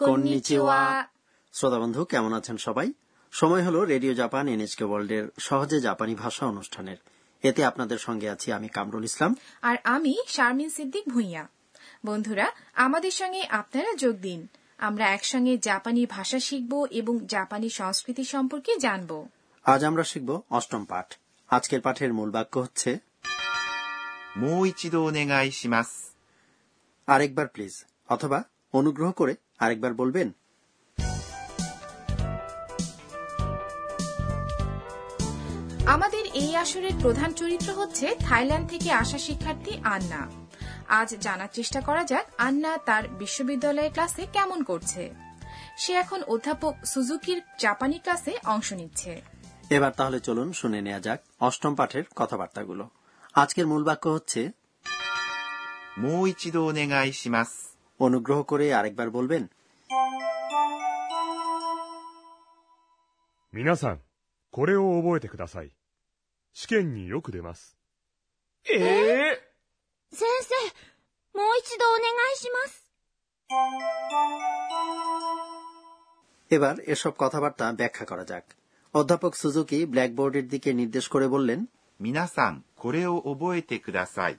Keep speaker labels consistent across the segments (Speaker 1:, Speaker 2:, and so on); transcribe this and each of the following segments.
Speaker 1: Konnichiwa.
Speaker 2: শ্রোতা বন্ধু কেমন আছেন সবাই সময় হলো রেডিও জাপান এনএচকে ওয়ার্ল্ডের সহজে জাপানি ভাষা অনুষ্ঠানের এতে আপনাদের সঙ্গে আছি আমি কামরুল ইসলাম
Speaker 1: আর আমি শারমিন সিদ্দিক ভুঁইয়া বন্ধুরা আমাদের সঙ্গে আপনারা যোগ দিন আমরা একসঙ্গে জাপানি ভাষা শিখব এবং জাপানি সংস্কৃতি সম্পর্কে জানব
Speaker 2: আজ আমরা শিখব অষ্টম পাঠ আজকের পাঠের মূল বাক্য হচ্ছে
Speaker 3: もう一度お願いします。
Speaker 2: আরেকবার প্লিজ অথবা অনুগ্রহ করে আরেকবার বলবেন
Speaker 1: আমাদের এই আসরের প্রধান চরিত্র হচ্ছে থাইল্যান্ড থেকে আসা শিক্ষার্থী আন্না আজ জানার চেষ্টা করা যাক আন্না তার বিশ্ববিদ্যালয়ের ক্লাসে কেমন করছে সে এখন অধ্যাপক সুজুকির জাপানি ক্লাসে অংশ নিচ্ছে
Speaker 2: এবার তাহলে চলুন শুনে নেওয়া যাক অষ্টম পাঠের কথাবার্তাগুলো আজকের মূল বাক্য হচ্ছে
Speaker 3: もう一度お願いします。
Speaker 2: অনুগ্রহ করে আরেকবার বলবেন
Speaker 4: 皆さん、これを覚えてください。試験によく出ます。
Speaker 5: 先生、もう一度お願いします。
Speaker 2: এবার এসব কথাবার্তা ব্যাখ্যা করা যাক অধ্যাপক সুজুকি ব্ল্যাকবোর্ডের দিকে নির্দেশ করে বললেন
Speaker 3: 皆さん、これを覚えてください。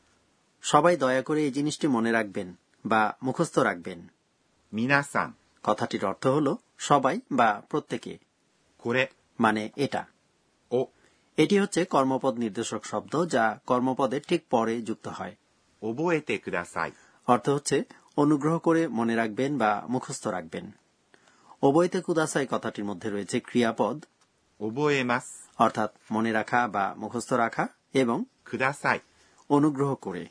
Speaker 2: সবাই দয়া করে এই জিনিসটি মনে রাখবেন বা মুখস্থ রাখবেন
Speaker 3: 皆さん、
Speaker 2: কথাটির অর্থ হল সবাই বা প্রত্যেকে
Speaker 3: これ
Speaker 2: মানে এটা
Speaker 3: を
Speaker 2: এটি হচ্ছে কর্মপদ নির্দেশক শব্দ যা কর্মপদের ঠিক পরে যুক্ত হয়
Speaker 3: 覚えてください。
Speaker 2: অর্থ হচ্ছে অনুগ্রহ করে মনে রাখবেন বা মুখস্থ রাখবেন অবৈতে কুদাসাই কথাটির মধ্যে রয়েছে ক্রিয়াপদ
Speaker 3: 覚えます。
Speaker 2: অর্থাৎ মনে রাখা বা মুখস্থ রাখা এবং
Speaker 3: ください。
Speaker 2: অনুগ্রহ করে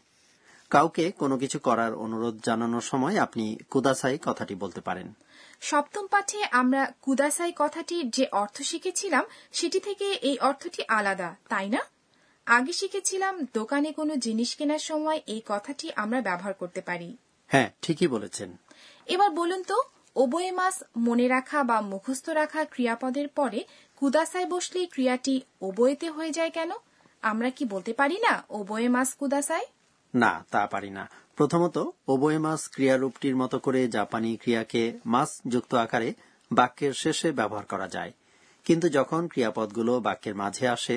Speaker 2: কাউকে কোনো কিছু করার অনুরোধ জানানোর সময় আপনি কুদাসাই কথাটি বলতে পারেন
Speaker 1: সপ্তম পাঠে আমরা কুদাসাই কথাটির যে অর্থ শিখেছিলাম সেটি থেকে এই অর্থটি আলাদা তাই না আগে শিখেছিলাম দোকানে কোনো জিনিস কেনার সময় এই কথাটি আমরা ব্যবহার করতে পারি
Speaker 2: হ্যাঁ ঠিকই বলেছেন
Speaker 1: এবার বলুন তো ওবোয়ে মাস মনে রাখা বা মুখস্থ রাখা ক্রিয়াপদের পরে কুদাসায় বসলে ক্রিয়াটি ওবোয়েতে হয়ে যায় কেন আমরা কি বলতে পারি না ওবোয়ে মাস কুদাসায়
Speaker 2: না তা পারি না প্রথমত ওবোয়ে মাস ক্রিয়ারূপটির মতো করে জাপানি ক্রিয়াকে মাস যুক্ত আকারে বাক্যের শেষে ব্যবহার করা যায় কিন্তু যখন ক্রিয়াপদগুলো বাক্যের মাঝে আসে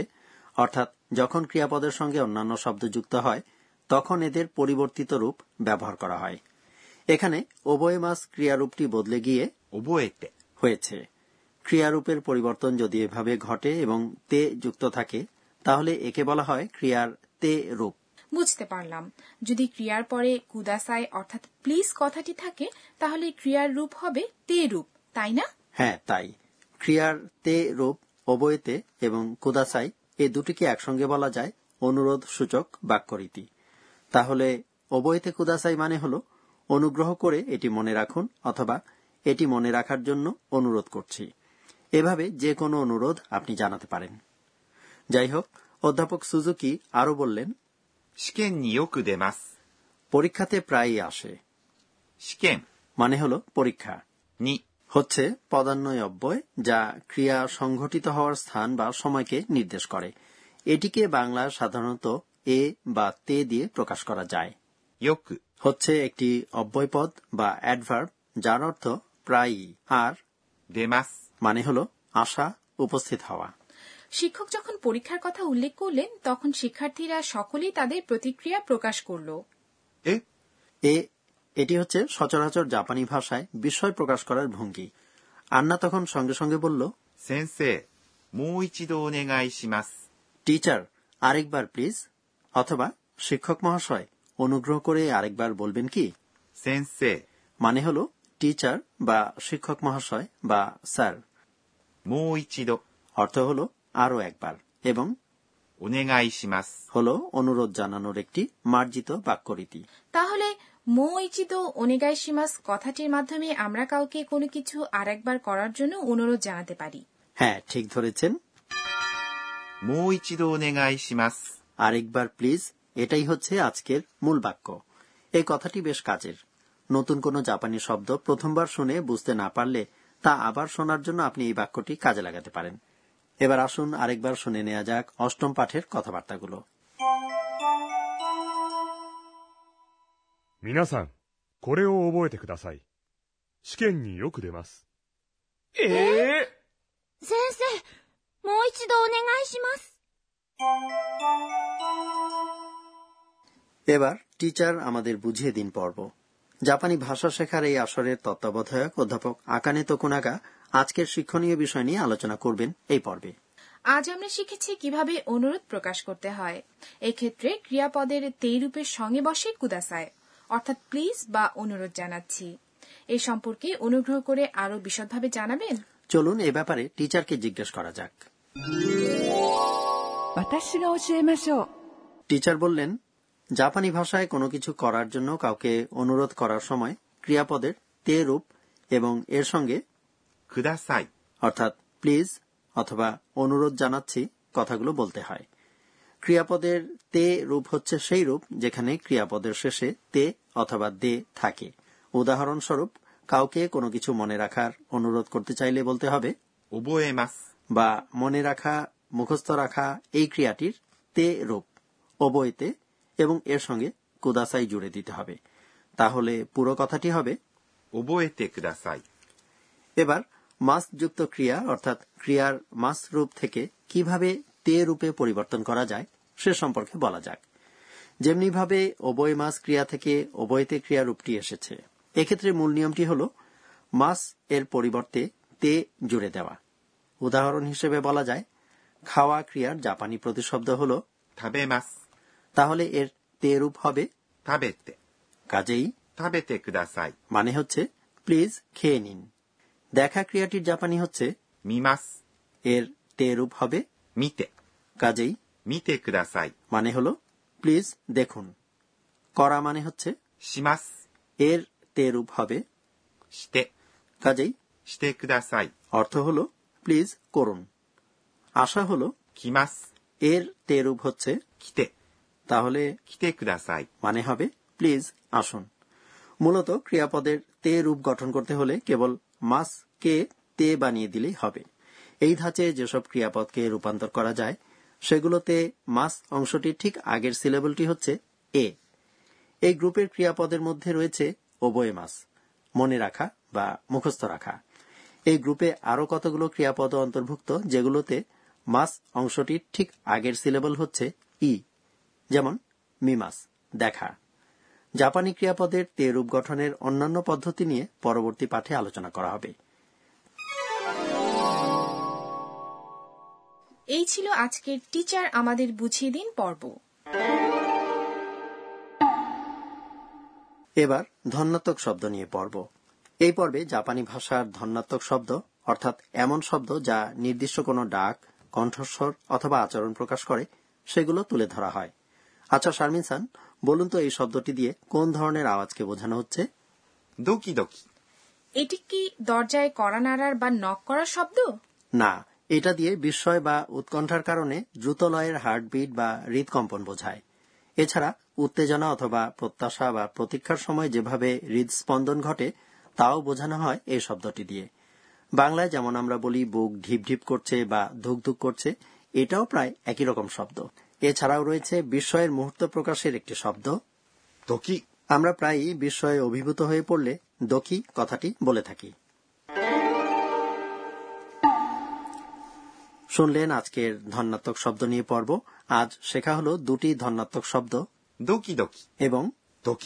Speaker 2: অর্থাৎ যখন ক্রিয়াপদের সঙ্গে অন্যান্য শব্দ যুক্ত হয় তখন এদের পরিবর্তিত রূপ ব্যবহার করা হয় এখানে ওবোয়ে মাস ক্রিয়ারূপটি বদলে গিয়ে
Speaker 3: 覚えて。
Speaker 2: হয়েছে ক্রিয়ারূপের পরিবর্তন যদি এভাবে ঘটে এবং তে যুক্ত থাকে তাহলে একে বলা হয় ক্রিয়ার তে রূপ
Speaker 1: বুঝতে পারলাম যদি ক্রিয়ার পরে কুদাসায় অর্থাৎ প্লিজ কথাটি থাকে তাহলে ক্রিয়ার রূপ হবে তে রূপ তাই না
Speaker 2: হ্যাঁ তাই ক্রিয়ার তে রূপ অবয়তে এবং কুদাসাই এ দুটিকে একসঙ্গে বলা যায় অনুরোধ সূচক বাক্যরীতি তাহলে অবয়তে কুদাসাই মানে হলো অনুগ্রহ করে এটি মনে রাখুন অথবা এটি মনে রাখার জন্য অনুরোধ করছি এভাবে যে কোনো অনুরোধ আপনি জানাতে পারেন যাই হোক অধ্যাপক সুজুকি আরও বললেন
Speaker 3: 試験によく出ます。
Speaker 2: পরীক্ষাতে প্রায়ই আসে
Speaker 3: 試験
Speaker 2: মানে হলো পরীক্ষা
Speaker 3: に
Speaker 2: হচ্ছে পদান্বয় অব্যয় যা ক্রিয়া সংঘটিত হওয়ার স্থান বা সময়কে নির্দেশ করে এটিকে বাংলা সাধারণত এ বা তে দিয়ে প্রকাশ করা যায়
Speaker 3: よく
Speaker 2: হচ্ছে একটি অব্যয়পদ বা অ্যাডভার্ব যার অর্থ প্রায়ই আর
Speaker 3: 出ます。
Speaker 2: মানে হল আশা উপস্থিত হওয়া
Speaker 1: শিক্ষক যখন পরীক্ষার কথা উল্লেখ করলেন তখন শিক্ষার্থীরা সকলেই তাদের প্রতিক্রিয়া প্রকাশ করল
Speaker 3: え
Speaker 2: এ এটি হচ্ছে সচরাচর জাপানি ভাষায় বিস্ময় প্রকাশ করার ভঙ্গি আন্না তখন সঙ্গে সঙ্গে বলল
Speaker 3: 先生、もう一度お願いします。
Speaker 2: টিচার আরেকবার প্লিজ অথবা শিক্ষক মহাশয় অনুগ্রহ করে আরেকবার বলবেন কি
Speaker 3: 先生、
Speaker 2: মানে হলো টিচার বা শিক্ষক মহাশয় বা স্যার
Speaker 3: もう一度
Speaker 2: অর্থ হলো আরও একবার এবং
Speaker 3: お願いします。
Speaker 2: হলো অনুরোধ জানানোর একটি মার্জিত বাক্যরীতি
Speaker 1: তাহলে মো ইচিত অনেগাইসিমাস কথাটির মাধ্যমে আমরা কাউকে কোনো কিছু আরেকবার করার জন্য অনুরোধ জানাতে পারি
Speaker 2: হ্যাঁ ঠিক ধরেছেন
Speaker 3: もう一度お願いします。
Speaker 2: আরেকবার প্লিজ এটাই হচ্ছে আজকের মূল বাক্য এই কথাটি বেশ কাজের নতুন কোনো জাপানি শব্দ প্রথমবার শুনে বুঝতে না পারলে তা আবার শোনার জন্য আপনি এই বাক্যটি কাজে লাগাতে পারেন এবার আসুন আরেকবার শুনে নেওয়া যাক অষ্টম পাঠের কথাবার্তাগুলো
Speaker 4: 皆さん、これを覚えてください。試験によく出ます。
Speaker 6: ええ
Speaker 5: 先生、もう一度お願いします。
Speaker 2: এবার টিচার আমাদের বুঝিয়ে দিন পর্ব জাপানি ভাষা শেখার এই আসরের তত্ত্বাবধায়ক অধ্যাপক আকানে তোকুনাগা আজকের শিক্ষণীয় বিষয় নিয়ে আলোচনা করবেন এই পর্বে
Speaker 1: আজ আমরা শিখেছি কিভাবে অনুরোধ প্রকাশ করতে হয় এক্ষেত্রে ক্রিয়াপদের তেই রূপের সঙ্গে বসে কুদাসায় অর্থাৎ প্লিজ বা অনুরোধ জানাচ্ছি এ সম্পর্কে অনুগ্রহ করে আরো বিশদভাবে জানাবেন
Speaker 2: চলুন এ ব্যাপারে টিচারকে জিজ্ঞেস করা যাক
Speaker 7: 私が教えましょう
Speaker 2: টিচার বললেন জাপানি ভাষায় কোনো কিছু করার জন্য কাউকে অনুরোধ করার সময় ক্রিয়াপদের তে রূপ এবং এর সঙ্গে
Speaker 3: ください。
Speaker 2: অর্থাৎ প্লিজ অথবা অনুরোধ জানাচ্ছি কথাগুলো বলতে হয় ক্রিয়াপদের তে রূপ হচ্ছে সেই রূপ যেখানে ক্রিয়াপদের শেষে তে অথবা দে থাকে উদাহরণস্বরূপ কাউকে কোনো কিছু মনে রাখার অনুরোধ করতে চাইলে বলতে হবে
Speaker 3: 覚えます。
Speaker 2: বা মনে রাখা মুখস্থ রাখা এই ক্রিয়াটির তে রূপ অবয়তে এবং এর সঙ্গে কুদাসাই জুড়ে দিতে হবে তাহলে পুরো কথাটি হবে
Speaker 3: 覚えてください。
Speaker 2: এবার মাস যুক্ত ক্রিয়া অর্থাৎ ক্রিয়ার মাস রূপ থেকে কিভাবে তে রূপে পরিবর্তন করা যায় সে সম্পর্কে বলা যাক যেমনিভাবে অবয় মাস ক্রিয়া থেকে অবয়তে ক্রিয়া রূপটি এসেছে এক্ষেত্রে মূল নিয়মটি হল মাস এর পরিবর্তে তে জুড়ে দেওয়া উদাহরণ হিসেবে বলা যায় খাওয়া ক্রিয়ার জাপানি প্রতিশব্দ হল
Speaker 3: 食べます。
Speaker 2: তাহলে এর তে রূপ হবে
Speaker 3: 食べて。
Speaker 2: কাজেই
Speaker 3: 食べてください。
Speaker 2: মানে হচ্ছে প্লিজ খেয়ে নিন দেখা ক্রিয়াটির জাপানি হচ্ছে
Speaker 3: 見ます。
Speaker 2: এর তে রূপ হবে
Speaker 3: 見て。
Speaker 2: কাজেই
Speaker 3: 見てください。
Speaker 2: মানে হলো প্লিজ দেখুন করা মানে হচ্ছে
Speaker 3: します。
Speaker 2: এর তে রূপ হবে
Speaker 3: して。
Speaker 2: কাজেই
Speaker 3: してください。
Speaker 2: অর্থ হলো প্লিজ করুন আশা হলো
Speaker 3: 来ます。
Speaker 2: এর তে রূপ হচ্ছে
Speaker 3: 来て。
Speaker 2: তাহলে
Speaker 3: 来てください。
Speaker 2: মানে হবে প্লিজ আসুন মূলত ক্রিয়াপদের তে রূপ গঠন করতে হলে কেবল মাস কে তে বানিয়ে দিলেই হবে এই ধাঁচে যেসব ক্রিয়াপদকে রূপান্তর করা যায় সেগুলোতে মাস অংশটি ঠিক আগের সিলেবলটি হচ্ছে এ এই গ্রুপের ক্রিয়াপদের মধ্যে রয়েছে ওবোয়ে মাস মনে রাখা বা মুখস্থ রাখা এই গ্রুপে আরও কতগুলো ক্রিয়াপদ অন্তর্ভুক্ত যেগুলোতে মাস অংশটির ঠিক আগের সিলেবল হচ্ছে ই যেমন মিমাস দেখা জাপানি ক্রিয়াপদের তে রূপ গঠনের অন্যান্য পদ্ধতি নিয়ে পরবর্তী পাঠে আলোচনা করা হবে
Speaker 1: এই ছিল আজকের টিচার আমাদের বুঝিয়ে দিন পর্ব
Speaker 2: এবার ধন্যাত্মক শব্দ নিয়ে পর্ব এই পর্বে জাপানি ভাষার ধন্যাত্মক শব্দ অর্থাৎ এমন শব্দ যা নির্দিষ্ট কোনো ডাক কণ্ঠস্বর অথবা আচরণ প্রকাশ করে সেগুলো তুলে ধরা হয় আচ্ছা শারমিন সান বলুন তো এই শব্দটি দিয়ে কোন ধরনের আওয়াজকে বোঝানো হচ্ছে
Speaker 3: ドキドキ。
Speaker 1: এটি কি দরজায় কড়া নাড়ার বা নক করার শব্দ
Speaker 2: না এটা দিয়ে বিস্ময় বা উৎকণ্ঠার কারণে দ্রুত লয়ের হার্টবিট বা হৃদকম্পন বোঝায় এছাড়া উত্তেজনা অথবা প্রত্যাশা বা প্রতীক্ষার সময় যেভাবে হৃদস্পন্দন ঘটে তাও বোঝানো হয় এই শব্দটি দিয়ে বাংলায় যেমন আমরা বলি বুক ঢিপ ঢিপ করছে বা ধুক ধুক করছে এটাও প্রায় একই রকম শব্দ এছাড়াও রয়েছে বিস্ময়ের মুহূর্ত প্রকাশের একটি শব্দ
Speaker 3: ドキ。
Speaker 2: আমরা প্রায়ই বিস্ময়ে অভিভূত হয়ে পড়লে দকি কথাটি বলে থাকি শুনলেন আজকের ধন্যাত্মক শব্দ নিয়ে পর্ব আজ শেখা হলো দুটি ধন্যাত্মক শব্দ
Speaker 3: ドキドキ。
Speaker 2: এবং
Speaker 3: ドキ。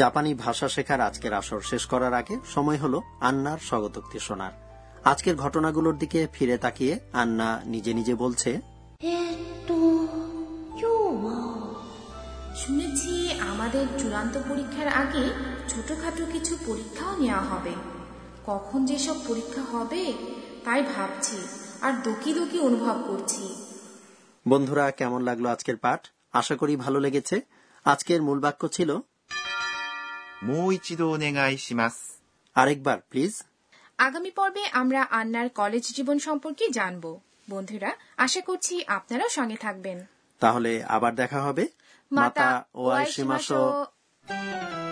Speaker 2: জাপানি ভাষা শেখার আজকের আসর শেষ করার আগে সময় হলো আন্নার স্বগতোক্তি শোনার আজকের ঘটনাগুলোর দিকে ফিরে তাকিয়ে আন্না নিজে নিজে বলছে
Speaker 1: শুনেছি আমাদের চূড়ান্ত পরীক্ষার আগে ছোটখাটো কিছু পরীক্ষাও নেওয়া হবে কখন যেসব পরীক্ষা হবে তাই ভাবছি আর দোকি দোকি অনুভব করছি
Speaker 2: বন্ধুরা কেমন লাগলো আজকের পাঠ আশা করি ভালো লেগেছে আজকের মূল বাক্য ছিল
Speaker 3: もう一度お願いします。
Speaker 2: আরেকবার প্লিজ
Speaker 1: আগামী পর্বে আমরা আন্নার কলেজ জীবন সম্পর্কে জানব বন্ধুরা আশা করছি আপনারাও সঙ্গে থাকবেন
Speaker 2: তাহলে আবার দেখা হবে
Speaker 1: মাতা ও আইসিমাসো